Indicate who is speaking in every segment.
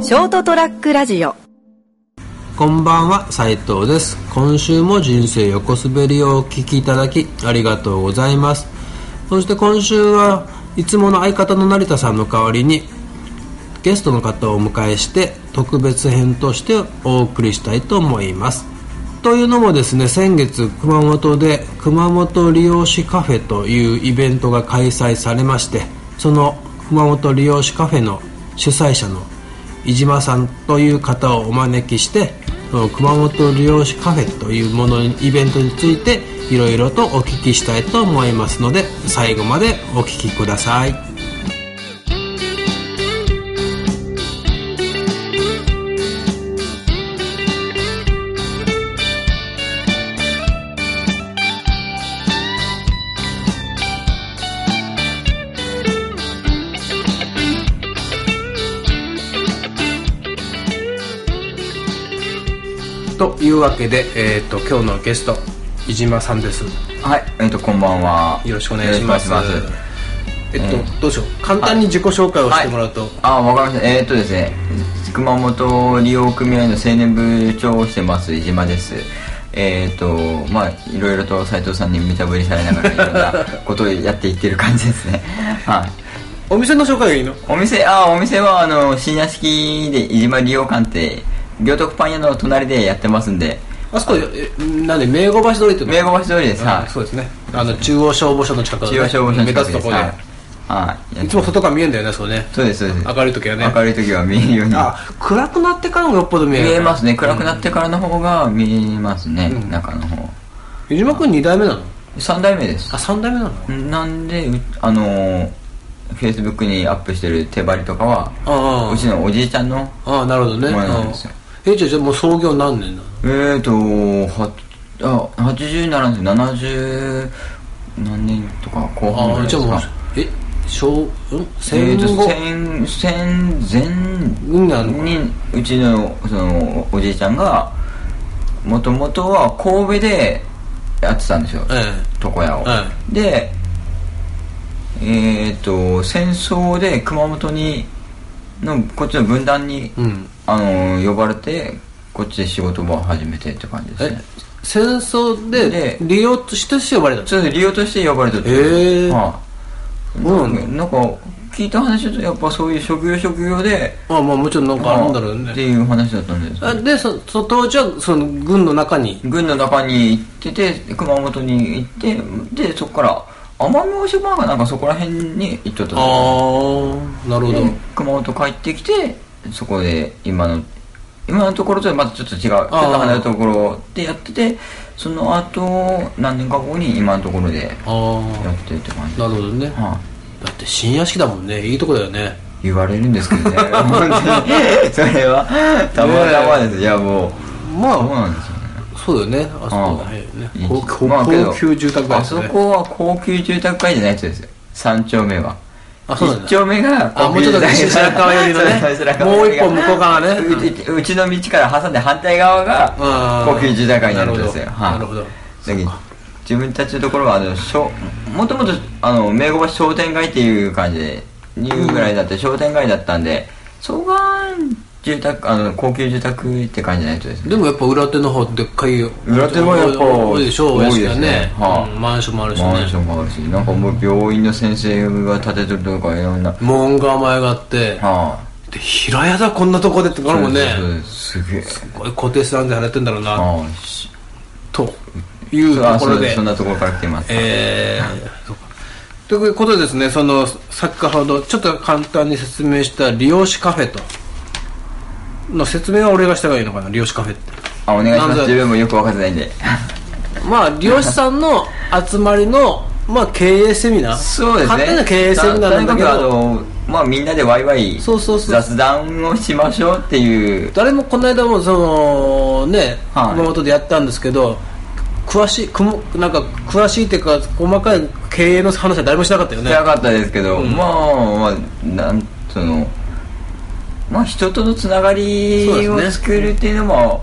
Speaker 1: ショートトラックラジオ
Speaker 2: こんばんは斉藤です今週も人生横滑りをお聞きいただきありがとうございますそして今週はいつもの相方の成田さんの代わりにゲストの方をお迎えして特別編としてお送りしたいと思いますというのもですね先月熊本で熊本理容師カフェというイベントが開催されましてその熊本理容師カフェの主催者の飯島さんという方をお招きしてその熊本理容師カフェというものにイベントについていろいろとお聞きしたいと思いますので最後までお聞きくださいというわけで、えー、と今日のゲスト飯島さんです
Speaker 3: はい、えっと、こんばんは。
Speaker 2: よろしくお願いします
Speaker 3: よろしくお願いし
Speaker 2: えっと、どうしよう簡単に自己紹介をしてもらうと、
Speaker 3: あ、わかりました。えっとですね、熊本利用組合の青年部長をしてます、飯島です。えっと、まあ、いろいろと斉藤さんに無茶ぶりされながら、いろんなことをやっていってる感じです ね。はい。
Speaker 2: お店の紹介がいいの
Speaker 3: お店、あ、お店は、あの、新屋敷で飯島利用館って、行徳パン屋の隣でやってますんで、
Speaker 2: あそこえなんで名護橋通りってとこ
Speaker 3: 名護橋通りです。
Speaker 2: あ
Speaker 3: は
Speaker 2: そうですねあの中央消防署の近くの
Speaker 3: い。
Speaker 2: ね
Speaker 3: 中央消防署の
Speaker 2: 目
Speaker 3: 近
Speaker 2: 立つ
Speaker 3: くで
Speaker 2: と
Speaker 3: す
Speaker 2: ころ
Speaker 3: はい
Speaker 2: で
Speaker 3: はい。
Speaker 2: いつも外から見えんだよね、そこね。
Speaker 3: そうです、そうです。
Speaker 2: 明るい時はね。
Speaker 3: 明るい時は見えるように。
Speaker 2: あ、暗くなってからもよっぽど見える。
Speaker 3: 見えますね暗くなってからの方が見えますね、
Speaker 2: うん
Speaker 3: 中の方
Speaker 2: 飯島君二代目なの
Speaker 3: 3代目です
Speaker 2: あ、三代目なの
Speaker 3: なんでうあのフェイスブックにアップしてる手張りとかは
Speaker 2: あ
Speaker 3: うちのおじいちゃんの
Speaker 2: あ、ああ、なるほどね。
Speaker 3: 前なんですよ
Speaker 2: うんえ、じゃあじゃあもう創業何年なの
Speaker 3: えーとはあ80ならず70何年とか後半
Speaker 2: ああ、
Speaker 3: ぐ
Speaker 2: じゃあ
Speaker 3: らい
Speaker 2: もう
Speaker 3: ですか、
Speaker 2: え、小、うん
Speaker 3: え
Speaker 2: 戦
Speaker 3: ーと
Speaker 2: 後
Speaker 3: 戦戦前
Speaker 2: になるのか
Speaker 3: にうちのそのおじいちゃんがもともとは神戸でやってたんですよ、
Speaker 2: え
Speaker 3: 床屋を、
Speaker 2: は
Speaker 3: でえっ、と戦争で熊本にのこっちの分断に、
Speaker 2: え。うん。
Speaker 3: あの呼ばれてこっちで仕事場を始めてって感じです
Speaker 2: え
Speaker 3: ね、
Speaker 2: 戦争で
Speaker 3: で
Speaker 2: 利用として呼ばれたの
Speaker 3: ちょっと理由として呼ばれてて
Speaker 2: へえ
Speaker 3: はあ
Speaker 2: そうなんだ
Speaker 3: なんか聞いた話だとやっぱそういう職業職業で
Speaker 2: あまあもちろんなんかあるんだろう
Speaker 3: って
Speaker 2: ね。
Speaker 3: いう話だったんです
Speaker 2: あで、そその当時はその軍の中に。
Speaker 3: 軍の中に行ってて熊本に行ってでそこから奄美大島がなんかそこら辺に行っとったんです
Speaker 2: ああ、なるほど。
Speaker 3: で熊本帰ってきてそこで今の今のところとはまたちょっと違うちょっと離れたところでやっててその後何年か後に今のところでや
Speaker 2: あ
Speaker 3: ってるって感じ
Speaker 2: あ、なるほどね。
Speaker 3: は
Speaker 2: だって新屋敷だもんねいいとこだよね
Speaker 3: い言われるんですけ どね本当にそれはたまたまですいやもう
Speaker 2: ま
Speaker 3: そう
Speaker 2: あ
Speaker 3: なんですよね
Speaker 2: そうだよねあそこ
Speaker 3: あ
Speaker 2: ら辺ね
Speaker 3: いい
Speaker 2: 高高
Speaker 3: まあけど
Speaker 2: 高級住宅街
Speaker 3: あ
Speaker 2: です
Speaker 3: そ
Speaker 2: ね
Speaker 3: こは高級住宅街じゃないやつですよ3丁目は
Speaker 2: あそうなんだ
Speaker 3: 一丁目が
Speaker 2: あもうちょっと白川寄りの ね
Speaker 3: そうそう白川
Speaker 2: もう
Speaker 3: 寄り
Speaker 2: 一
Speaker 3: が
Speaker 2: 歩向こう側ね
Speaker 3: うちうちの道から挟んで反対側が
Speaker 2: あー
Speaker 3: 高級住宅街になるんですよはい
Speaker 2: なるほどなる
Speaker 3: だけど自分たちのところはあのしょもともとあの名護橋商店街っていう感じでいうぐらいだって商店街だったんでそこが住宅あの高級住宅って感じじゃないとですね
Speaker 2: でもやっぱ裏手の方でっかい
Speaker 3: 裏手はやっぱ
Speaker 2: 多いでしょ
Speaker 3: 多い
Speaker 2: 屋
Speaker 3: です
Speaker 2: 敷
Speaker 3: ね
Speaker 2: はね
Speaker 3: はい
Speaker 2: うんマンションもあるし
Speaker 3: マンショ
Speaker 2: ね
Speaker 3: ンもあるしなんかもう病院の先生が建てとるとかいろんなは
Speaker 2: 門構えがあって
Speaker 3: あ
Speaker 2: で平屋だこんなとこでってなるもんね
Speaker 3: そうですそうですすげえ
Speaker 2: これ固定資産税払ってんだろうな
Speaker 3: ああし
Speaker 2: というと
Speaker 3: あ
Speaker 2: こ
Speaker 3: そ
Speaker 2: ろ
Speaker 3: う
Speaker 2: で
Speaker 3: そんなところから来てます
Speaker 2: えーそうかということでですね、その、先ほどちょっと簡単に説明した利用師カフェと、の説明は俺がした方がいいのかな、利用師カフェって。
Speaker 3: あお願いしま
Speaker 2: なん
Speaker 3: す
Speaker 2: ぞ
Speaker 3: 自分もよくわかってない んで
Speaker 2: まあ、利用師さんの集まりの、まあ、経営セミナー。
Speaker 3: そうですね
Speaker 2: 簡単な経営セミナーなんだけ
Speaker 3: とにかくあ
Speaker 2: ど、
Speaker 3: のまあみんなでワイワイ
Speaker 2: そうそうそう
Speaker 3: 雑談をしましょうっていう
Speaker 2: 誰もこの間も、その、ね、
Speaker 3: はい
Speaker 2: 熊本でやったんですけど、詳しい、くもなんか、詳しいっていうか、細かい経営の話は誰もしなかったよね。
Speaker 3: 辛かったですけど、まあまあなんそのまあ人とのつながり
Speaker 2: そう
Speaker 3: を
Speaker 2: ですね
Speaker 3: 作るっていうのも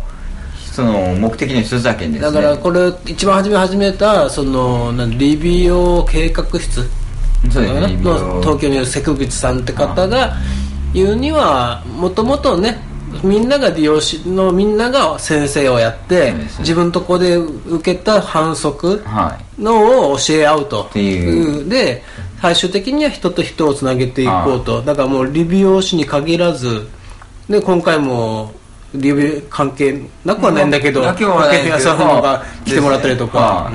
Speaker 3: その目的の一つだけんですね
Speaker 2: だからこれ一番初め始めたそのなんリビオ計画室
Speaker 3: そうですね
Speaker 2: の東京にいる瀬口さんって方が言うにはもともとねみんなが利用しのみんなが先生をやって
Speaker 3: そうです
Speaker 2: 自分とこで受けた反則
Speaker 3: は
Speaker 2: のを教え合うと
Speaker 3: ていう
Speaker 2: うんで最終的には人と人をつなげていこうとだからもう理美容師に限らずで今回も理美関係なくはないんだけど
Speaker 3: まあなくはないですけど
Speaker 2: さんの方が来てもらったりとか
Speaker 3: は。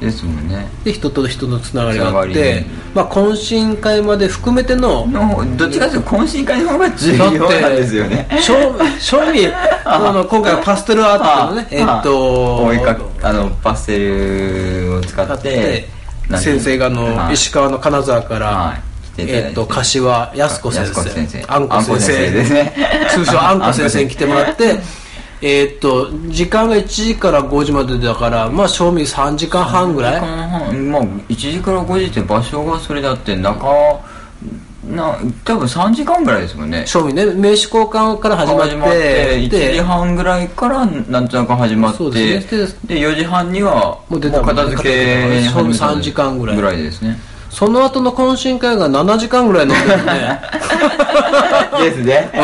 Speaker 3: いですもんね
Speaker 2: で人と人のつながりがあっ
Speaker 3: つながり
Speaker 2: て、まあ、懇親会まで含めての
Speaker 3: のどっちかというと懇親会の方が重
Speaker 2: だって
Speaker 3: 要なんですよね
Speaker 2: 正正味あの今回はパステルアートのねえっと
Speaker 3: 追いかけあのパステルを使
Speaker 2: 買
Speaker 3: っ
Speaker 2: ってて先生があの石
Speaker 3: 川
Speaker 2: 川の金沢から、
Speaker 3: はい来ていただいて
Speaker 2: えっと柏安子先
Speaker 3: 安子先
Speaker 2: 生
Speaker 3: 生
Speaker 2: あんこ先
Speaker 3: あんこ先生ですね
Speaker 2: 通 称あんこ先生に来てもらってえっと時間が1時から5時までだからまあ正味3時間半ぐらい
Speaker 3: まあ1時から5時って場所がそれだって中な多分3時間ぐらいですもんね
Speaker 2: 正味ね名刺交換から始まって
Speaker 3: 1
Speaker 2: で
Speaker 3: 時半ぐらいからなんとなく始まって
Speaker 2: そうですね
Speaker 3: で4時半には
Speaker 2: もう出た
Speaker 3: もう片付けに始めた
Speaker 2: 3時間ぐらい
Speaker 3: ぐらいですね
Speaker 2: その後の懇親会が7時間ぐらい飲んでる ね
Speaker 3: ですね
Speaker 2: うん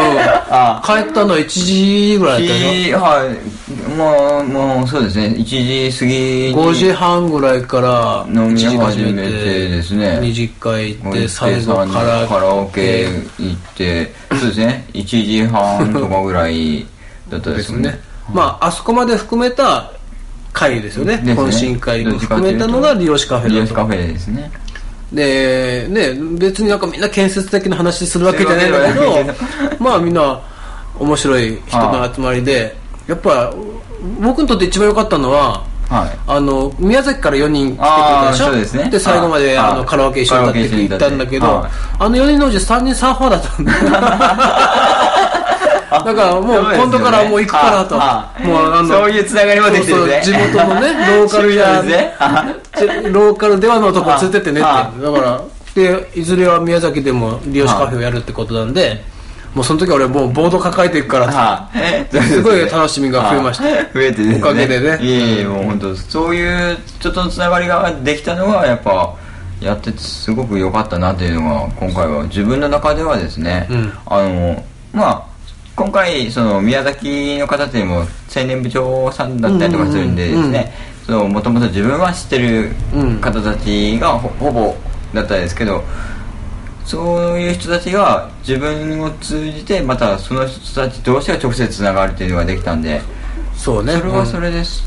Speaker 3: あ
Speaker 2: 帰ったの1時ぐらいだったよ
Speaker 3: 日はいもうもうそうですね1時過ぎに
Speaker 2: 5時半ぐらいから
Speaker 3: 飲み
Speaker 2: 1時
Speaker 3: 始めてですね
Speaker 2: 2次会行って最後
Speaker 3: さんに
Speaker 2: カラ
Speaker 3: カラオケ
Speaker 2: で
Speaker 3: 行ってそうですね1時半とかぐらいだったですす
Speaker 2: ね
Speaker 3: もんね
Speaker 2: まああそこまで含めた会ですよね
Speaker 3: ですね
Speaker 2: 懇親会も含めたのが利用しカフ
Speaker 3: リ
Speaker 2: ェ
Speaker 3: オ
Speaker 2: だ
Speaker 3: シカ
Speaker 2: と
Speaker 3: フェですね
Speaker 2: でね別になんかみんな建設的な話するわけじゃないんだけ
Speaker 3: するわ
Speaker 2: ど
Speaker 3: けじゃ
Speaker 2: まあみんな面白い人の集まりでやっぱ僕にとって一番良かったのは
Speaker 3: はい
Speaker 2: あの宮崎から4人来てくれたでし
Speaker 3: あー
Speaker 2: ょ
Speaker 3: そうですね
Speaker 2: 最後まで
Speaker 3: あー
Speaker 2: あのカラオケ一緒に歌って行ったんだけど
Speaker 3: カラオケ
Speaker 2: あ
Speaker 3: 一緒に
Speaker 2: の4人のうち3人サーファーだったんだだからもう今度からもう行くからとも
Speaker 3: もう
Speaker 2: あの
Speaker 3: そういうつながりもできてるね
Speaker 2: そう そう地元のねローカルや
Speaker 3: そうですねあ
Speaker 2: ちローカルではのとこ連れてってねってだ
Speaker 3: あ
Speaker 2: からでいずれは宮崎でも利用しカフェをやるってことなんでもうその時は俺もうボード抱えていくからと
Speaker 3: はい
Speaker 2: すごい楽しみが増えました
Speaker 3: はい増えてですね
Speaker 2: おかげでね
Speaker 3: いえいえもう本当そういうちょっとのつながりができたのはやっぱやっててすごく良かったなっていうのが今回は自分の中ではですね、
Speaker 2: うん
Speaker 3: あのまあ今回その宮崎の方でも青年部長さんだったりとかするんでですねもともと自分は知ってる方たちがほほぼだったんですけどそういう人たちが自分を通じてまたその人たち同士が直接つながるっていうのができたんで
Speaker 2: そう
Speaker 3: そ
Speaker 2: ね
Speaker 3: れ
Speaker 2: う
Speaker 3: は
Speaker 2: ん
Speaker 3: それです、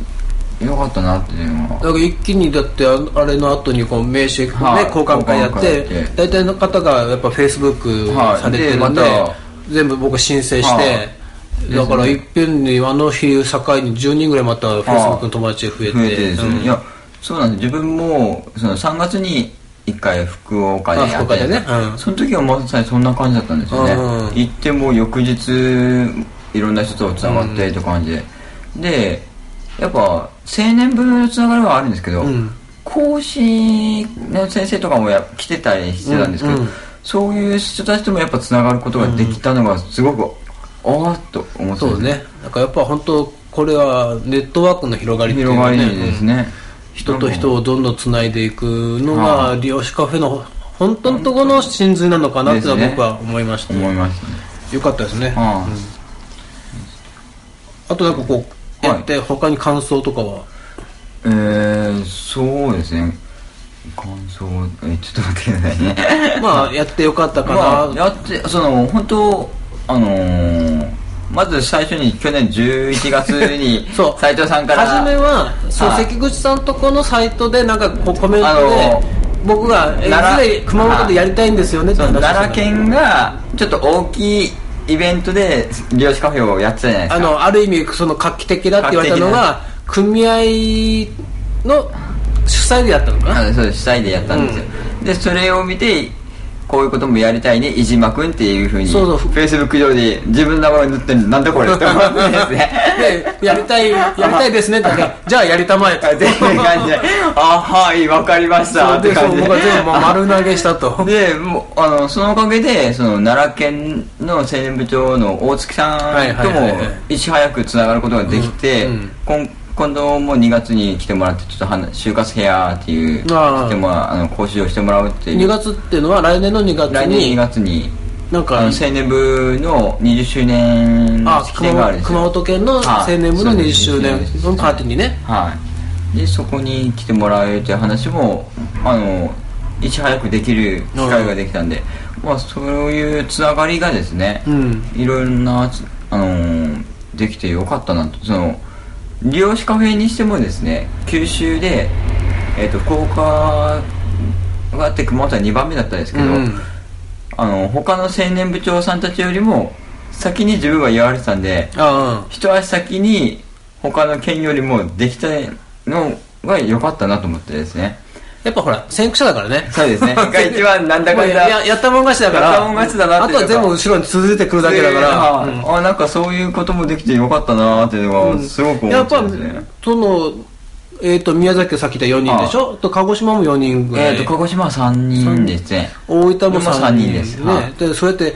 Speaker 3: 良かったなっていうのは
Speaker 2: だから一気にだってああれの後にこう名刺、ね
Speaker 3: はい
Speaker 2: 交換会やっ
Speaker 3: 交換会や
Speaker 2: て
Speaker 3: って
Speaker 2: 大体の方がやっぱフェイスブッ
Speaker 3: は
Speaker 2: ク
Speaker 3: い
Speaker 2: されてるので、
Speaker 3: でまた
Speaker 2: 全部僕申請して、
Speaker 3: はい
Speaker 2: だから
Speaker 3: ですね
Speaker 2: いっぺんにあの日境に10人ぐらいまたフェイスブックの友達が増えて
Speaker 3: 増えてですね、
Speaker 2: うん
Speaker 3: いやそうなんです自分もその3月に1回福岡
Speaker 2: あ
Speaker 3: でや
Speaker 2: 福
Speaker 3: っ
Speaker 2: 岡
Speaker 3: た
Speaker 2: で
Speaker 3: り、
Speaker 2: ねうん
Speaker 3: その時はまさにそんな感じだったんですよね、
Speaker 2: うんうん
Speaker 3: 行ってもう翌日いろんな人とつながってって感じで、でやっぱ青年部のつながりはあるんですけど、
Speaker 2: うん
Speaker 3: 講師の先生とかもや来てたりしてたんですけど、
Speaker 2: うんうん
Speaker 3: そういう人たちともやっぱつながることができたのがすごく、ああっと思って
Speaker 2: そうねだからやっぱ本当これはネットワークの広がりっていう
Speaker 3: 広
Speaker 2: か
Speaker 3: が
Speaker 2: ね
Speaker 3: りですね、
Speaker 2: 人と人をどんどんつないでいくの
Speaker 3: は
Speaker 2: が利用しカフェの本当のところの真髄なのかなっていうのは僕は思いました、
Speaker 3: 思いましたね、
Speaker 2: よかったですね、
Speaker 3: はあ
Speaker 2: あとなんかこう
Speaker 3: はい
Speaker 2: やって他に感想とかは
Speaker 3: えー、そうですね感想えちょっと待ってくださいね
Speaker 2: まあやってよかったか
Speaker 3: まあ
Speaker 2: な
Speaker 3: やってその本当あのーまず最初に去年11月に
Speaker 2: そう
Speaker 3: 斉藤さんから
Speaker 2: 初めはそう
Speaker 3: はい
Speaker 2: 関口さんとこのサイトでなんかこうコメント
Speaker 3: あ
Speaker 2: で
Speaker 3: の
Speaker 2: 僕がえ
Speaker 3: 奈良
Speaker 2: いずれ熊本でやりたいんですよねって
Speaker 3: そ
Speaker 2: 話
Speaker 3: の
Speaker 2: を
Speaker 3: 奈良県がちょっと大きいイベントで漁師カフェをやってたじゃないで
Speaker 2: あ
Speaker 3: すか
Speaker 2: のある意味その画期的だって言われたのが組合の主催でやったのかな
Speaker 3: あのそう主催でやったんですよ、でそれを見てこういうこともやりたいね飯島君っていうふうに
Speaker 2: そうそう
Speaker 3: フェイスブック上で自分の名前を塗ってるなんだこれって思ってですね
Speaker 2: でやりたいやりたいですねって言ったらじゃあやりたまえと
Speaker 3: あ全然感 じであはいわかりまし
Speaker 2: そ
Speaker 3: た
Speaker 2: う
Speaker 3: って
Speaker 2: でそう
Speaker 3: 感じで
Speaker 2: 僕は全部丸投げしたと
Speaker 3: でもうあのそのおかげでその奈良県の青年部長の大月さ
Speaker 2: はい
Speaker 3: ん
Speaker 2: はい
Speaker 3: と
Speaker 2: はい
Speaker 3: も
Speaker 2: はい
Speaker 3: いち早くつながることができて、
Speaker 2: うんうん
Speaker 3: こん今度も2月に来てもらってちょっと話就活ヘアっていう
Speaker 2: あー
Speaker 3: 来てもらうあの講習をしてもらうってい
Speaker 2: 2
Speaker 3: う
Speaker 2: 月っていうのは来年の2月
Speaker 3: 来年2
Speaker 2: に
Speaker 3: 月に
Speaker 2: なん
Speaker 3: あの
Speaker 2: か
Speaker 3: 青年部の20周年の
Speaker 2: あ
Speaker 3: 式
Speaker 2: 熊
Speaker 3: 典がある
Speaker 2: 本
Speaker 3: んです
Speaker 2: 熊
Speaker 3: よ
Speaker 2: 本県の青年部の
Speaker 3: はい
Speaker 2: 20周年のパーティーにね
Speaker 3: はいでそこに来てもらえるという話もあのいち早くできる機会ができたんで、まあ、そういうつながりがですね、
Speaker 2: うん
Speaker 3: いろいろな、あのーできてよかったなとその利用しカフェにしてもですね九州で、えー、と福岡があって熊本は2番目だったんですけど、
Speaker 2: うん
Speaker 3: あの他の青年部長さんたちよりも先に自分はやられてたんで
Speaker 2: ああ
Speaker 3: 一足先に他の県よりもできたのが良かったなと思ってですね
Speaker 2: やっぱほら先駆者だからね
Speaker 3: そ うですねが一番なんだかんだ
Speaker 2: ややったもん勝ちだから
Speaker 3: やったもん勝ちだなっ
Speaker 2: あ
Speaker 3: て
Speaker 2: と
Speaker 3: いうか
Speaker 2: は全部後ろに続いてくるだけだから、
Speaker 3: えーあなんかそういうこともできてよかったなーっていうの
Speaker 2: う
Speaker 3: が
Speaker 2: ん
Speaker 3: すごく思
Speaker 2: や
Speaker 3: っ
Speaker 2: ってぱ
Speaker 3: ますね、
Speaker 2: そのえっ、と宮崎さっき言った4人でしょと鹿児島も4人ぐら
Speaker 3: え
Speaker 2: い、
Speaker 3: っ、と鹿児島は3人ですね
Speaker 2: 大分も3人
Speaker 3: でも三人です
Speaker 2: ね、
Speaker 3: はい
Speaker 2: でそうやって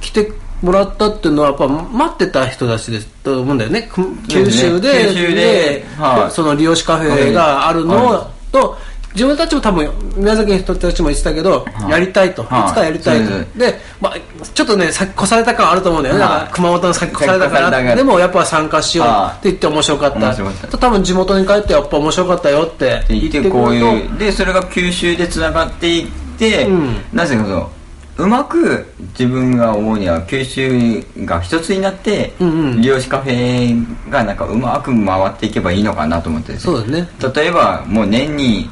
Speaker 2: 来てもらったっていうのはやっぱ待ってた人たちですと思うんだよねく九州で
Speaker 3: 九州ではい
Speaker 2: その利用しカフェがあるの
Speaker 3: は
Speaker 2: と自分たちも多分宮崎の人たちも言ってたけど、
Speaker 3: い
Speaker 2: やりたいと、
Speaker 3: は
Speaker 2: い、
Speaker 3: い
Speaker 2: つかやりたいと
Speaker 3: そうで
Speaker 2: で、まあ、ちょっとね先越された感あると思うんだよね、
Speaker 3: はい
Speaker 2: なんか熊本の先越されたか
Speaker 3: 先越されたから
Speaker 2: らでもやっぱ参加しようって言って面白かった,、
Speaker 3: 面白かった
Speaker 2: 多分地元に帰ってやっぱ面白かったよって
Speaker 3: って
Speaker 2: 言
Speaker 3: 言
Speaker 2: っ
Speaker 3: って
Speaker 2: く
Speaker 3: て
Speaker 2: れ
Speaker 3: こう
Speaker 2: る
Speaker 3: いうでそれが九州でつながっていって、
Speaker 2: うん
Speaker 3: なぜかとうまく自分が思うには九州が一つになって、
Speaker 2: うんうん
Speaker 3: 利用しカフェがなんかうまく回っていけばいいのかなと思ってで
Speaker 2: と
Speaker 3: すね
Speaker 2: そうだね
Speaker 3: 例えばもう年に、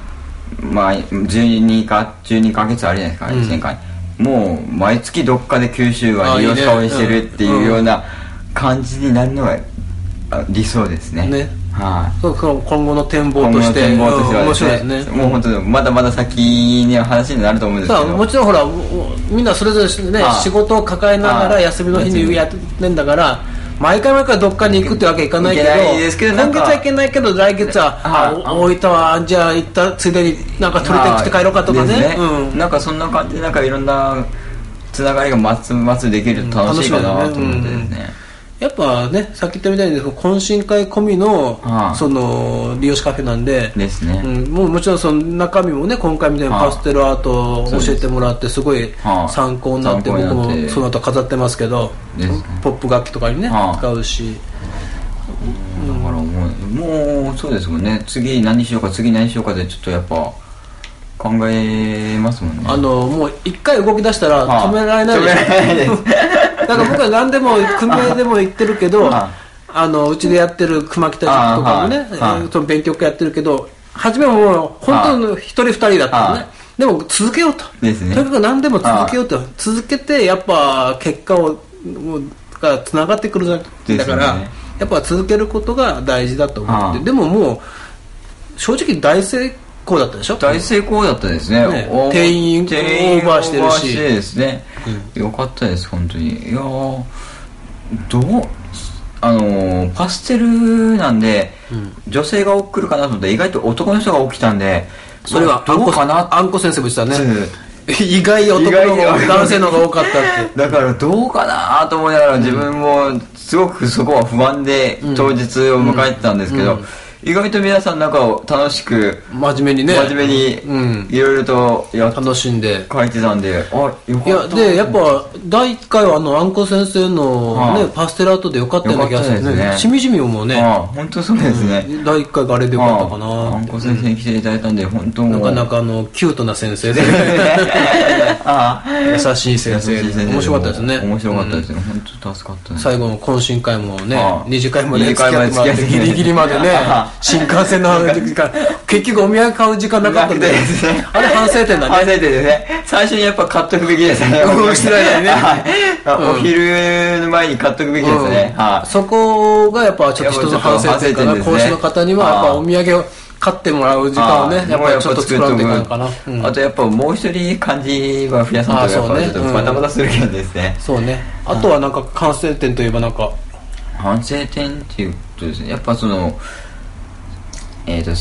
Speaker 3: まあ、12, か12ヶ月あるじゃないですか、
Speaker 2: うん
Speaker 3: 1年間もう毎月どっかで九州は
Speaker 2: あ
Speaker 3: 利用しか
Speaker 2: いいね
Speaker 3: してるって
Speaker 2: うんう
Speaker 3: い
Speaker 2: ん
Speaker 3: うような感じになるのがあ理想ですね
Speaker 2: ね
Speaker 3: はい、
Speaker 2: そうそう今後の展望
Speaker 3: 今後
Speaker 2: と
Speaker 3: の
Speaker 2: して
Speaker 3: 展望として
Speaker 2: うん
Speaker 3: は
Speaker 2: 面
Speaker 3: です
Speaker 2: 白いです
Speaker 3: ね
Speaker 2: ね
Speaker 3: もう本当にまだまだ先には話になると思うんですけ
Speaker 2: さあ
Speaker 3: ど
Speaker 2: もちろんほらおおみんなそれぞれね
Speaker 3: ああ
Speaker 2: 仕事を抱えなが
Speaker 3: ああ
Speaker 2: ら休みの日
Speaker 3: 休
Speaker 2: に
Speaker 3: み
Speaker 2: やってんだから毎回毎回どっかに行くってわけいかないけど
Speaker 3: いけないですけどな
Speaker 2: 今
Speaker 3: ん
Speaker 2: 月
Speaker 3: か
Speaker 2: はいけないけど来月は
Speaker 3: ああ
Speaker 2: あお大分はじゃあ行ったついでになんか取れてきて帰ろうかとかね
Speaker 3: です
Speaker 2: うん
Speaker 3: なんかそんな感じでなんかいろんなつながりがまつまつできると楽しいかなと思ってですね、
Speaker 2: やっぱねさっき言ったみたいに懇親会込みの
Speaker 3: ああ
Speaker 2: その利用しカフェなんで
Speaker 3: ですね、
Speaker 2: うん、もうもちろんその中身もね今回みたいに
Speaker 3: はい
Speaker 2: パステルアートを教えてもらってすごい
Speaker 3: はい
Speaker 2: 参考になって
Speaker 3: 参考に
Speaker 2: 僕
Speaker 3: なって
Speaker 2: もその後飾ってますけど
Speaker 3: ですね
Speaker 2: ポップ楽器とかにね
Speaker 3: はい
Speaker 2: 使うし
Speaker 3: だからもうもうそうですもんね次何しようか次何しようかでちょっとやっぱ考えますもんね
Speaker 2: あのもう一回動き出したら
Speaker 3: はい
Speaker 2: 止められないでしょ
Speaker 3: 止められないです
Speaker 2: だから僕は何でも組合でも言ってるけど
Speaker 3: はい
Speaker 2: あのうちでやってる熊北塾とかもね
Speaker 3: あはいはい
Speaker 2: その勉強会やってるけど初めはもう本当の一人二人だったの
Speaker 3: は
Speaker 2: ね
Speaker 3: い
Speaker 2: でも続けようと
Speaker 3: ですね
Speaker 2: とにかく何でも続けようと続けてやっぱ結果をもうがつながってくるじゃん
Speaker 3: す
Speaker 2: だ
Speaker 3: よね
Speaker 2: からやっぱ続けることが大事だと思って
Speaker 3: はい
Speaker 2: でももう正直大成功だったでしょ
Speaker 3: 大成功だったですね
Speaker 2: ね
Speaker 3: お
Speaker 2: 定員
Speaker 3: 定員
Speaker 2: オーバーしてるし
Speaker 3: オーバーしてですね、よかったです本当にいやーどうあのーパステルなんで、女性が来るかなと思ったら意外と男の人が起きたんで
Speaker 2: それはあん
Speaker 3: ど
Speaker 2: こ
Speaker 3: うかな
Speaker 2: あんこ先生も言ってたね
Speaker 3: つ
Speaker 2: 意外男の方が
Speaker 3: 意外に
Speaker 2: 男性の方が多かったって
Speaker 3: だからどうかなと思いながら自分もすごくそこは不安で当日を迎えてたんですけど、意外と皆さんなんか楽しく
Speaker 2: 真面目にね
Speaker 3: 真面目
Speaker 2: うん
Speaker 3: にいろいろとやっ
Speaker 2: 楽しんで
Speaker 3: 書いてたんであよかった
Speaker 2: いやでやっぱ第1回はあのあんこ先生の、ね
Speaker 3: はい
Speaker 2: パステラートでよかったような気がする
Speaker 3: よかったですね
Speaker 2: しみじみ思うね
Speaker 3: ああ本当そうですね、
Speaker 2: 第1回があれでよかったかな
Speaker 3: あああんこ先生に来ていただいたんで本当も
Speaker 2: な
Speaker 3: う
Speaker 2: かなかあのキュートな先生で
Speaker 3: ああ
Speaker 2: 優しい先生
Speaker 3: 優しい先生
Speaker 2: 面白かったですね
Speaker 3: 面白かったです
Speaker 2: うん
Speaker 3: ね、本当助かったです
Speaker 2: 最後の懇親会もね
Speaker 3: ああ
Speaker 2: 二次会まで
Speaker 3: 二次
Speaker 2: 付き
Speaker 3: 会ま
Speaker 2: 合ってもら
Speaker 3: で
Speaker 2: って
Speaker 3: 付き
Speaker 2: ギ
Speaker 3: 合って
Speaker 2: リギリまでね
Speaker 3: ああ
Speaker 2: 新幹 線の時間結局お土産買う時間なかったんで
Speaker 3: なかったですね
Speaker 2: あれ反省点だね
Speaker 3: 反省点ですね最初にやっぱ買っとくべきですね
Speaker 2: うんしてないね
Speaker 3: はいあ
Speaker 2: うん
Speaker 3: お昼の前に買っとくべきですね、
Speaker 2: うん
Speaker 3: はい
Speaker 2: そこがやっぱちょっと一つの反省点かな
Speaker 3: やっぱちょっと反省点ですね
Speaker 2: 講師の方にはやっぱ
Speaker 3: あー
Speaker 2: お土産を買ってもらう時間をね
Speaker 3: はい
Speaker 2: やっぱりちょっと作らんといかんかな、
Speaker 3: もうやっぱ作っとく
Speaker 2: うん
Speaker 3: あとやっぱもう一人漢字は増やさんとやっ
Speaker 2: あ
Speaker 3: ぱ
Speaker 2: そう
Speaker 3: ち
Speaker 2: ね
Speaker 3: ょっとバタバタするけんですね
Speaker 2: そうねあとはなんか完成点といえばなんか
Speaker 3: 反省点っていうことですねやっぱそのえっ、と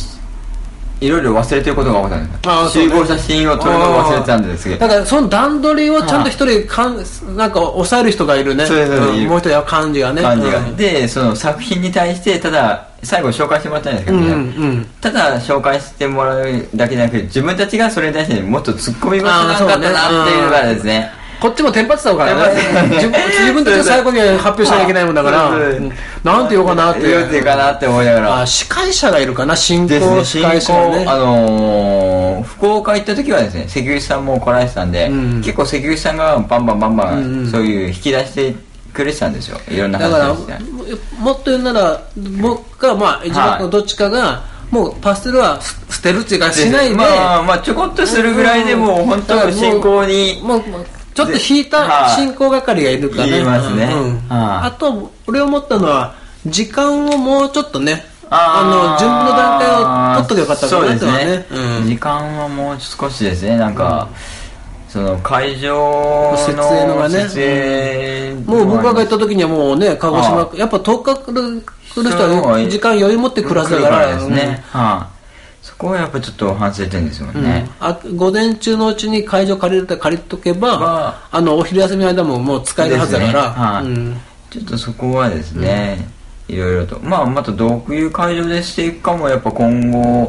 Speaker 3: いろいろ忘れてることが多かっ
Speaker 2: あ
Speaker 3: た
Speaker 2: ー
Speaker 3: んです
Speaker 2: そう
Speaker 3: 集
Speaker 2: ね
Speaker 3: 合写真を撮るのを忘れてたんですけど
Speaker 2: だからその段取りをちゃんと一人かんなんか抑える人がいるね
Speaker 3: そうですそうです
Speaker 2: んもう一人は漢字がね
Speaker 3: 感じが、
Speaker 2: うん
Speaker 3: でその作品に対してただ最後紹介してもらったんですけどね、
Speaker 2: うんうん
Speaker 3: ただ紹介してもらうだけじゃなくて自分たちがそれに対してもっと突っ込みましなかったなっていうのがですね
Speaker 2: こっちもテンパってたのからね自 分自分たちが最後に発表しなきゃいけないもんだから、
Speaker 3: そうそう
Speaker 2: うんなんて言おうかなって
Speaker 3: 言うていうかなって思いながら
Speaker 2: あ司会者がいるかな進
Speaker 3: です
Speaker 2: 行
Speaker 3: ね、
Speaker 2: 司
Speaker 3: 進
Speaker 2: 会者がね
Speaker 3: 行、あのー福岡行った時はですね、関口さんも来られてたんで、
Speaker 2: うん
Speaker 3: 結構関口さんがバンバンバンバ
Speaker 2: うんうん
Speaker 3: ン、そういう引き出してくれてたんですよ。いろんな
Speaker 2: だから
Speaker 3: 話
Speaker 2: も
Speaker 3: をして。
Speaker 2: もっと言うなら僕かまあ自分のどっちかがもうパステルはす捨てるっていうかしないで、
Speaker 3: まあ、まあ、ちょこっとするぐらいでもう本当の進行に、
Speaker 2: もうもうちょっと引いた
Speaker 3: はい
Speaker 2: 進行係がいるからね
Speaker 3: 言いますね
Speaker 2: うんうん
Speaker 3: はい
Speaker 2: あと俺思ったのは時間をもうちょっとねあ
Speaker 3: あ
Speaker 2: の
Speaker 3: ー
Speaker 2: 準備の段階を取っとけばよかったかなってのは
Speaker 3: そう
Speaker 2: ね
Speaker 3: です
Speaker 2: う
Speaker 3: ね、
Speaker 2: ん
Speaker 3: 時間はもう少しですねなんか、その会場の
Speaker 2: 設営のがね
Speaker 3: 設営
Speaker 2: もう僕らが行った時にはもうね鹿児島やっぱ10日来る人は時間余裕持って暮らすか
Speaker 3: 来
Speaker 2: ら
Speaker 3: るですね、はいそこはやっぱちょっと反省点ですもん
Speaker 2: うん
Speaker 3: ね、
Speaker 2: あ午前中のうちに会場借りると借りとけば、
Speaker 3: ま
Speaker 2: あのお昼休みの間ももう使えるはずだか
Speaker 3: ですねは
Speaker 2: ら、
Speaker 3: い
Speaker 2: うん
Speaker 3: ちょっとそこはですね、いろいろとまあまたどういう会場でしていくかもやっぱ今後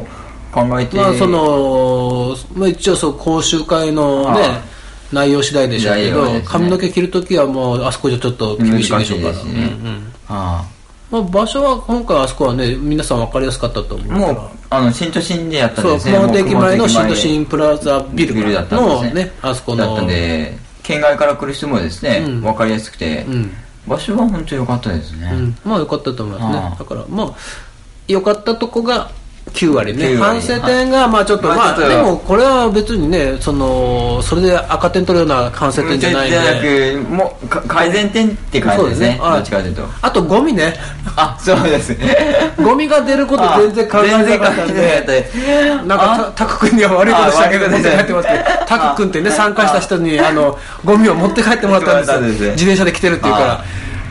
Speaker 3: 考えて、
Speaker 2: まあその、まあ、一応そう講習会のね、
Speaker 3: はい
Speaker 2: 内容次第でしょうけど、
Speaker 3: 内容ですね
Speaker 2: 髪の毛切るときはもうあそこじゃちょっと厳しいでしょうから、
Speaker 3: 難しいですね
Speaker 2: うんうん
Speaker 3: は
Speaker 2: まあ、場所は今回あそこはね皆さん分かりやすかったと思う
Speaker 3: い
Speaker 2: から
Speaker 3: もうあの新都心でやったん
Speaker 2: そう
Speaker 3: ですね
Speaker 2: 熊本駅前
Speaker 3: も
Speaker 2: の
Speaker 3: う熊
Speaker 2: 新都
Speaker 3: 本駅前で
Speaker 2: 心プラザビル
Speaker 3: だったん
Speaker 2: の
Speaker 3: ですね
Speaker 2: ねあそこ
Speaker 3: だ
Speaker 2: の
Speaker 3: ったんで県外から来る人もですね、
Speaker 2: うん
Speaker 3: 分かりやすくて、
Speaker 2: うん
Speaker 3: 場所は本当良かったですね、
Speaker 2: うん、まあ良かったと思います
Speaker 3: あ
Speaker 2: ね
Speaker 3: あ
Speaker 2: だからまあ良かったとこが9割ね
Speaker 3: 9割
Speaker 2: 反省点がまあちょっと、
Speaker 3: はい
Speaker 2: まあ
Speaker 3: まあちょっ
Speaker 2: で
Speaker 3: と
Speaker 2: もこれは別にねそのそれで赤点取るような反省点じゃないん
Speaker 3: じゃな
Speaker 2: で
Speaker 3: くもうか改善点って感じですね
Speaker 2: はい
Speaker 3: どっちかというと
Speaker 2: あとゴミね
Speaker 3: あそうです
Speaker 2: ゴミが出ること全然考えなかったん
Speaker 3: 全然考
Speaker 2: で
Speaker 3: えてなかった
Speaker 2: なんかたタク君には悪いことしたけど
Speaker 3: あ悪
Speaker 2: 問
Speaker 3: いこと
Speaker 2: 題になってますけどタク君ってね参加した人にあのゴミを持って帰ってもらったんですよ
Speaker 3: 持って帰ったんですね
Speaker 2: 自転車で来てるっていうか
Speaker 3: あ
Speaker 2: ら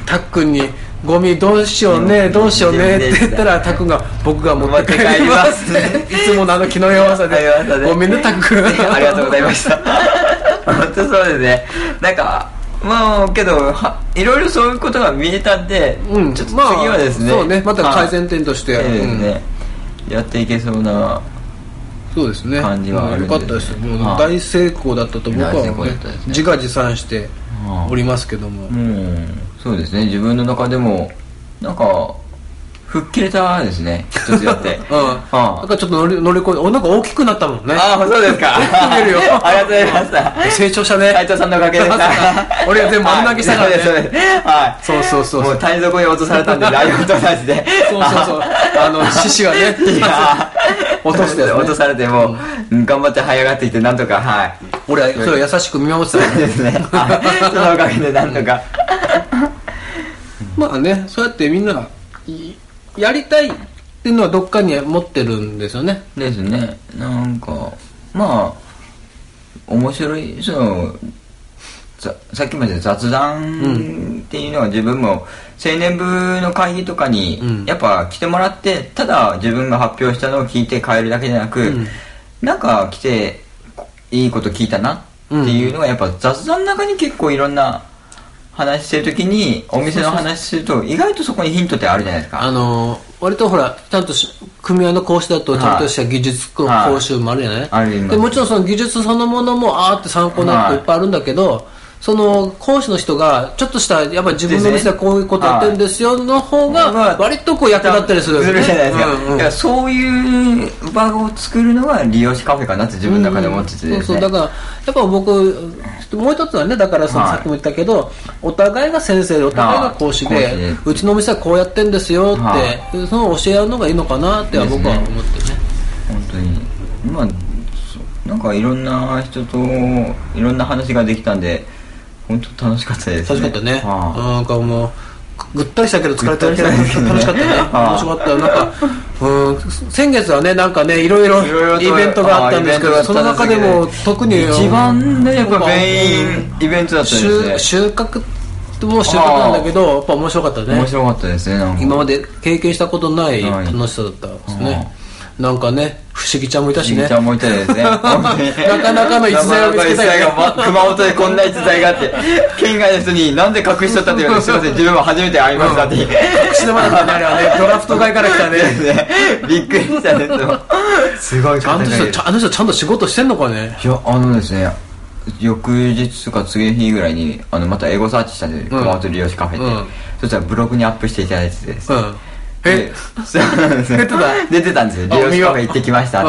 Speaker 2: タク君にゴミどうしようねどうしようねって言ったらタク君が僕が持って帰ります
Speaker 3: 持って帰り
Speaker 2: ね
Speaker 3: ま
Speaker 2: いつものあの気の弱さ
Speaker 3: あり
Speaker 2: で
Speaker 3: がとうございます
Speaker 2: ごめんねタク君
Speaker 3: ありがとうございました本当そうですねなんかまあけどはいろいろそういうことが見えたんで、
Speaker 2: うん
Speaker 3: ちょっと次
Speaker 2: まあ
Speaker 3: はですね、
Speaker 2: そうねまた改善点として
Speaker 3: はいええ
Speaker 2: うん
Speaker 3: ねやっていけそうな
Speaker 2: そうですね
Speaker 3: 感じはあるん
Speaker 2: よ
Speaker 3: で
Speaker 2: かったですよもう
Speaker 3: はい
Speaker 2: 大成功だったと僕は
Speaker 3: 大成功だった
Speaker 2: ね
Speaker 3: ですね
Speaker 2: 自画自賛して
Speaker 3: はい
Speaker 2: おりますけども
Speaker 3: うんそうですね自分の中でもなんか吹っ切れたですね一つやって
Speaker 2: うん、なん
Speaker 3: あ
Speaker 2: かちょっと乗り乗り越えおなんか大きくなったもんね
Speaker 3: あそうですか
Speaker 2: 吹っ切れるよ
Speaker 3: ありがとうございました
Speaker 2: 成長したね
Speaker 3: 斉藤さんのおかげでした
Speaker 2: 俺は全部丸投げしたからね
Speaker 3: はいそうですそう
Speaker 2: そうそう
Speaker 3: ですはい
Speaker 2: そう
Speaker 3: も
Speaker 2: そう
Speaker 3: う谷底に落とされたんでライオンと同じで
Speaker 2: そうそう そうあの獅子がね
Speaker 3: いや
Speaker 2: 落としてやつね
Speaker 3: 落とされてもうん頑張って這い上がってきてなんとかはい
Speaker 2: 俺はそれを優しく見守ってたか
Speaker 3: そうですねはいそのおかげでなんとか
Speaker 2: らまあねそうやってみんながいやりたいっていうのはどっかに持ってるんですよね
Speaker 3: ですねなんかまあ面白いそのささっきまで雑談っていうのは自分も青年部の会議とかに
Speaker 2: うん
Speaker 3: やっぱ来てもらってただ自分が発表したのを聞いて変えるだけじゃなく、
Speaker 2: うん
Speaker 3: なんか来てこいいこと聞いたなっていうのがやっぱ雑談の中に結構いろんな話してる時にお店の話すると意外とそこにヒントってあるじゃないです
Speaker 2: あ
Speaker 3: か。
Speaker 2: の割とほらちゃんとし組合の講師だとちゃんとした技術講
Speaker 3: はい
Speaker 2: 講習もあるじゃない、
Speaker 3: あります
Speaker 2: でもちろんその技術そのものもあーって参考になることいっぱいあるんだけど、その講師の人がちょっとしたやっぱ自分の
Speaker 3: で
Speaker 2: 店
Speaker 3: すね
Speaker 2: はこういうことやってるんですよの方が割とこう役立ったりするよね
Speaker 3: じゃないですか,、
Speaker 2: うんうん
Speaker 3: だからそういう場を作るのが利用しカフェかなって自分の中で思っててです、ね
Speaker 2: そうそうだからやっぱ僕もう一つはねだからその
Speaker 3: はい
Speaker 2: さっきも言ったけど、お互いが先生でお互いが講師で、
Speaker 3: はい講師で
Speaker 2: うちのお店はこうやってんですよって、
Speaker 3: は
Speaker 2: その教え合うのがいいのかなっては僕は思ってね
Speaker 3: 本当にまあそうなんかいろんな人といろんな話ができたんで本当楽しかったです
Speaker 2: 楽しかったね、
Speaker 3: は
Speaker 2: なんかもうぐぐったりしたけど疲れたりした
Speaker 3: ぐったり
Speaker 2: け
Speaker 3: した
Speaker 2: ど
Speaker 3: ね
Speaker 2: 楽しかったね
Speaker 3: ああ
Speaker 2: 楽しかったよなんかうん先月はねなんかねいろいろ
Speaker 3: いろいろと
Speaker 2: イベントがあったんですけ
Speaker 3: ああ
Speaker 2: ど
Speaker 3: イベ
Speaker 2: そ
Speaker 3: ント
Speaker 2: の
Speaker 3: があっ
Speaker 2: 中
Speaker 3: たんで
Speaker 2: です
Speaker 3: けど
Speaker 2: も特に
Speaker 3: 一番ねやっぱメイ
Speaker 2: うん
Speaker 3: ンイベントだったです
Speaker 2: 収
Speaker 3: ね
Speaker 2: 収穫も収穫なんだけどやっぱ面白かったね
Speaker 3: 面白かったですねなんか
Speaker 2: 今まで経験したことない
Speaker 3: はい
Speaker 2: 楽しさだったんですね、なんかね不思議ちゃんもいたし
Speaker 3: し
Speaker 2: ね
Speaker 3: ちゃんもいたです ねな
Speaker 2: かなかの逸材を見つけたよね
Speaker 3: 熊本でこんな逸材があって県外の人になんで隠しとったって言 われてすいません自分も初めて会いましたって、
Speaker 2: 隠し玉だったねあれはねドラフト外から来たね
Speaker 3: びっくりしたですよすごい
Speaker 2: あの人ちゃんあの人ちゃんと仕事してんのかね
Speaker 3: いやあのですね翌日とか次の日ぐらいにあのまた英語サーチしたんで、熊本利用しカフェって、
Speaker 2: うん
Speaker 3: そしたらブログにアップしていただいててです、
Speaker 2: うん
Speaker 3: で
Speaker 2: え
Speaker 3: そうなんですよ
Speaker 2: 出てた
Speaker 3: 出てたんですよ
Speaker 2: あ
Speaker 3: 利用しカフェ行ってきましたって、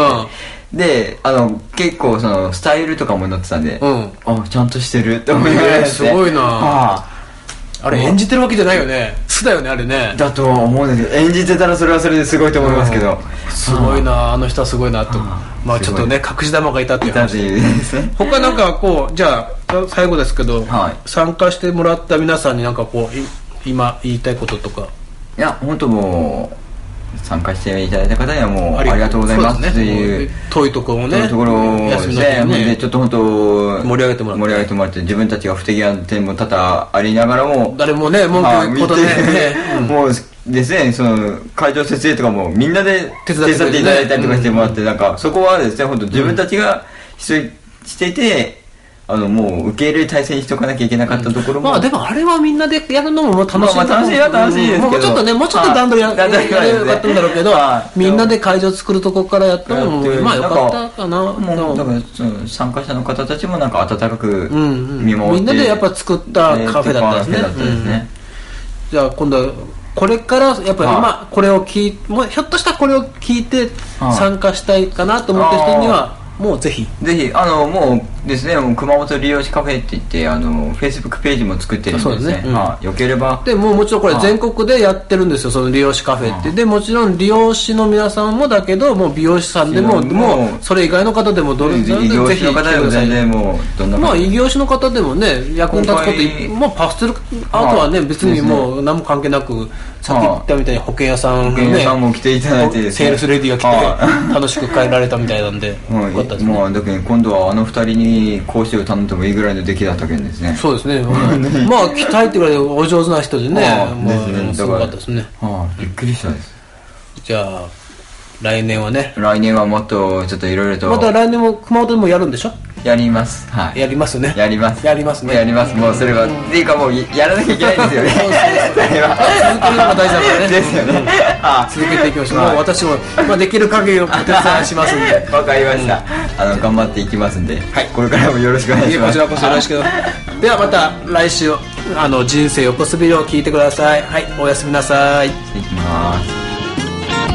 Speaker 3: であの結構そのスタイルとかも載ってたんで、
Speaker 2: うん
Speaker 3: あちゃんとしてるって思いながらやって
Speaker 2: えーすごいな
Speaker 3: あ
Speaker 2: あれ演じてるわけじゃないよね素だよねあれね
Speaker 3: あだとは思うんですけど演じてたらそれはそれですごいと思いますけど、
Speaker 2: すごいなあの人はすごいなとまあちょっとね隠し玉がいたっていう
Speaker 3: いたっ
Speaker 2: 話
Speaker 3: ていうですね
Speaker 2: 他なんかこうじゃあ最後ですけど、
Speaker 3: はい
Speaker 2: 参加してもらった皆さんになんかこうい今言いたいこととか
Speaker 3: いや本当もう参加していただいた方にはもうありがとうございます
Speaker 2: そ
Speaker 3: と
Speaker 2: です
Speaker 3: いう
Speaker 2: 遠いところを
Speaker 3: そうい
Speaker 2: ね
Speaker 3: うところを
Speaker 2: 休みの
Speaker 3: ね
Speaker 2: 日にね
Speaker 3: でちょっと本当
Speaker 2: 盛り上げてもらって
Speaker 3: 盛り上げてもらって自分たちが不適合な点も多々ありながらも
Speaker 2: 誰もね文句
Speaker 3: まあ
Speaker 2: 言うことね
Speaker 3: 見て
Speaker 2: ねうん
Speaker 3: もうですねその会場設営とかもみんなで
Speaker 2: 手
Speaker 3: 手
Speaker 2: 伝ってくれて
Speaker 3: 伝っていただいたりとかしてもらってなんかそこはですね本当自分たちがししていてあのもう受け入れる体制にしとかなきゃいけなかったところも
Speaker 2: まあでもあれはみんなでやるのももう楽しい
Speaker 3: まあまあ楽しいは楽しいですけど
Speaker 2: もうちょっとねもうちょっと段取りや
Speaker 3: はい段取り
Speaker 2: や
Speaker 3: はですね
Speaker 2: ればよかったんだろうけど
Speaker 3: はい
Speaker 2: みんなで会場作るとこからやったのもまあよかったかな
Speaker 3: もう
Speaker 2: で
Speaker 3: だ
Speaker 2: も
Speaker 3: からその参加者の方たちもなんか温かく
Speaker 2: んうん
Speaker 3: 見守って、
Speaker 2: みんなでやっぱ作ったカフェだったんですね
Speaker 3: カフェだったですね
Speaker 2: じゃあ今度はこれからやっぱり今
Speaker 3: は
Speaker 2: これを聞いもうひょっとしたらこれを聞いて
Speaker 3: はい
Speaker 2: 参加したいかなと思ってる人にはもうぜひ
Speaker 3: ぜひあのもうですねもう熊本利用しカフェって言ってあのフェイスブックページも作ってるんです
Speaker 2: そうです
Speaker 3: ね
Speaker 2: ねうん
Speaker 3: はいよければ
Speaker 2: でもうもちろんこれ
Speaker 3: はい
Speaker 2: 全国でやってるんですよその理容師カフェってでもちろん理容師の皆さんもだけどもう美容師さんでも
Speaker 3: うん
Speaker 2: もうそれ以外の方でもどれ
Speaker 3: ぜ
Speaker 2: どれ
Speaker 3: ひ業種の
Speaker 2: 来て
Speaker 3: 方で
Speaker 2: く
Speaker 3: も
Speaker 2: ださい
Speaker 3: 全然もうどんな
Speaker 2: まあ異業種の方でもね役に立つことい
Speaker 3: 今回
Speaker 2: まあパステルアートはね
Speaker 3: はい
Speaker 2: 別にもう何も関係なくさっき言ったみたいに保険屋さんの
Speaker 3: 保険
Speaker 2: ね
Speaker 3: 屋さんも来ていただいてですね
Speaker 2: セールスレディが来
Speaker 3: は
Speaker 2: て楽しく帰られたみたいなんでよ
Speaker 3: もう
Speaker 2: かったですね
Speaker 3: もうだけど今度はあの二人に講師を頼んでもいいぐらいの出来だったけんですね
Speaker 2: そうですねまあ期待ってぐらいお上手な人でね
Speaker 3: ああ
Speaker 2: まあ
Speaker 3: ですね
Speaker 2: すごかったですね
Speaker 3: はいびっくりしたです
Speaker 2: じゃあ来年はね
Speaker 3: 来年はもっとちょっといろいろ
Speaker 2: また
Speaker 3: と
Speaker 2: 来年も熊本でもやるんでしょ
Speaker 3: やりますはい
Speaker 2: やりますね
Speaker 3: やります
Speaker 2: やりますね
Speaker 3: やりますもうそれはっていうかもうやらなきゃいけないん ですよねそれ
Speaker 2: 続けるのが大事だからね
Speaker 3: ですよねあ
Speaker 2: 続けていきましょう、
Speaker 3: はい
Speaker 2: もう私も、まあ、できる限りをお手伝いしますん で
Speaker 3: わかりました、あの頑張っていきますんで、はい、これからもよろしくお願い
Speaker 2: い
Speaker 3: し
Speaker 2: え
Speaker 3: ま
Speaker 2: こ
Speaker 3: す
Speaker 2: ちらこそよろしくではまた来週あの人生横滑りを聞いてくださいはいおやすみなさい
Speaker 3: いきます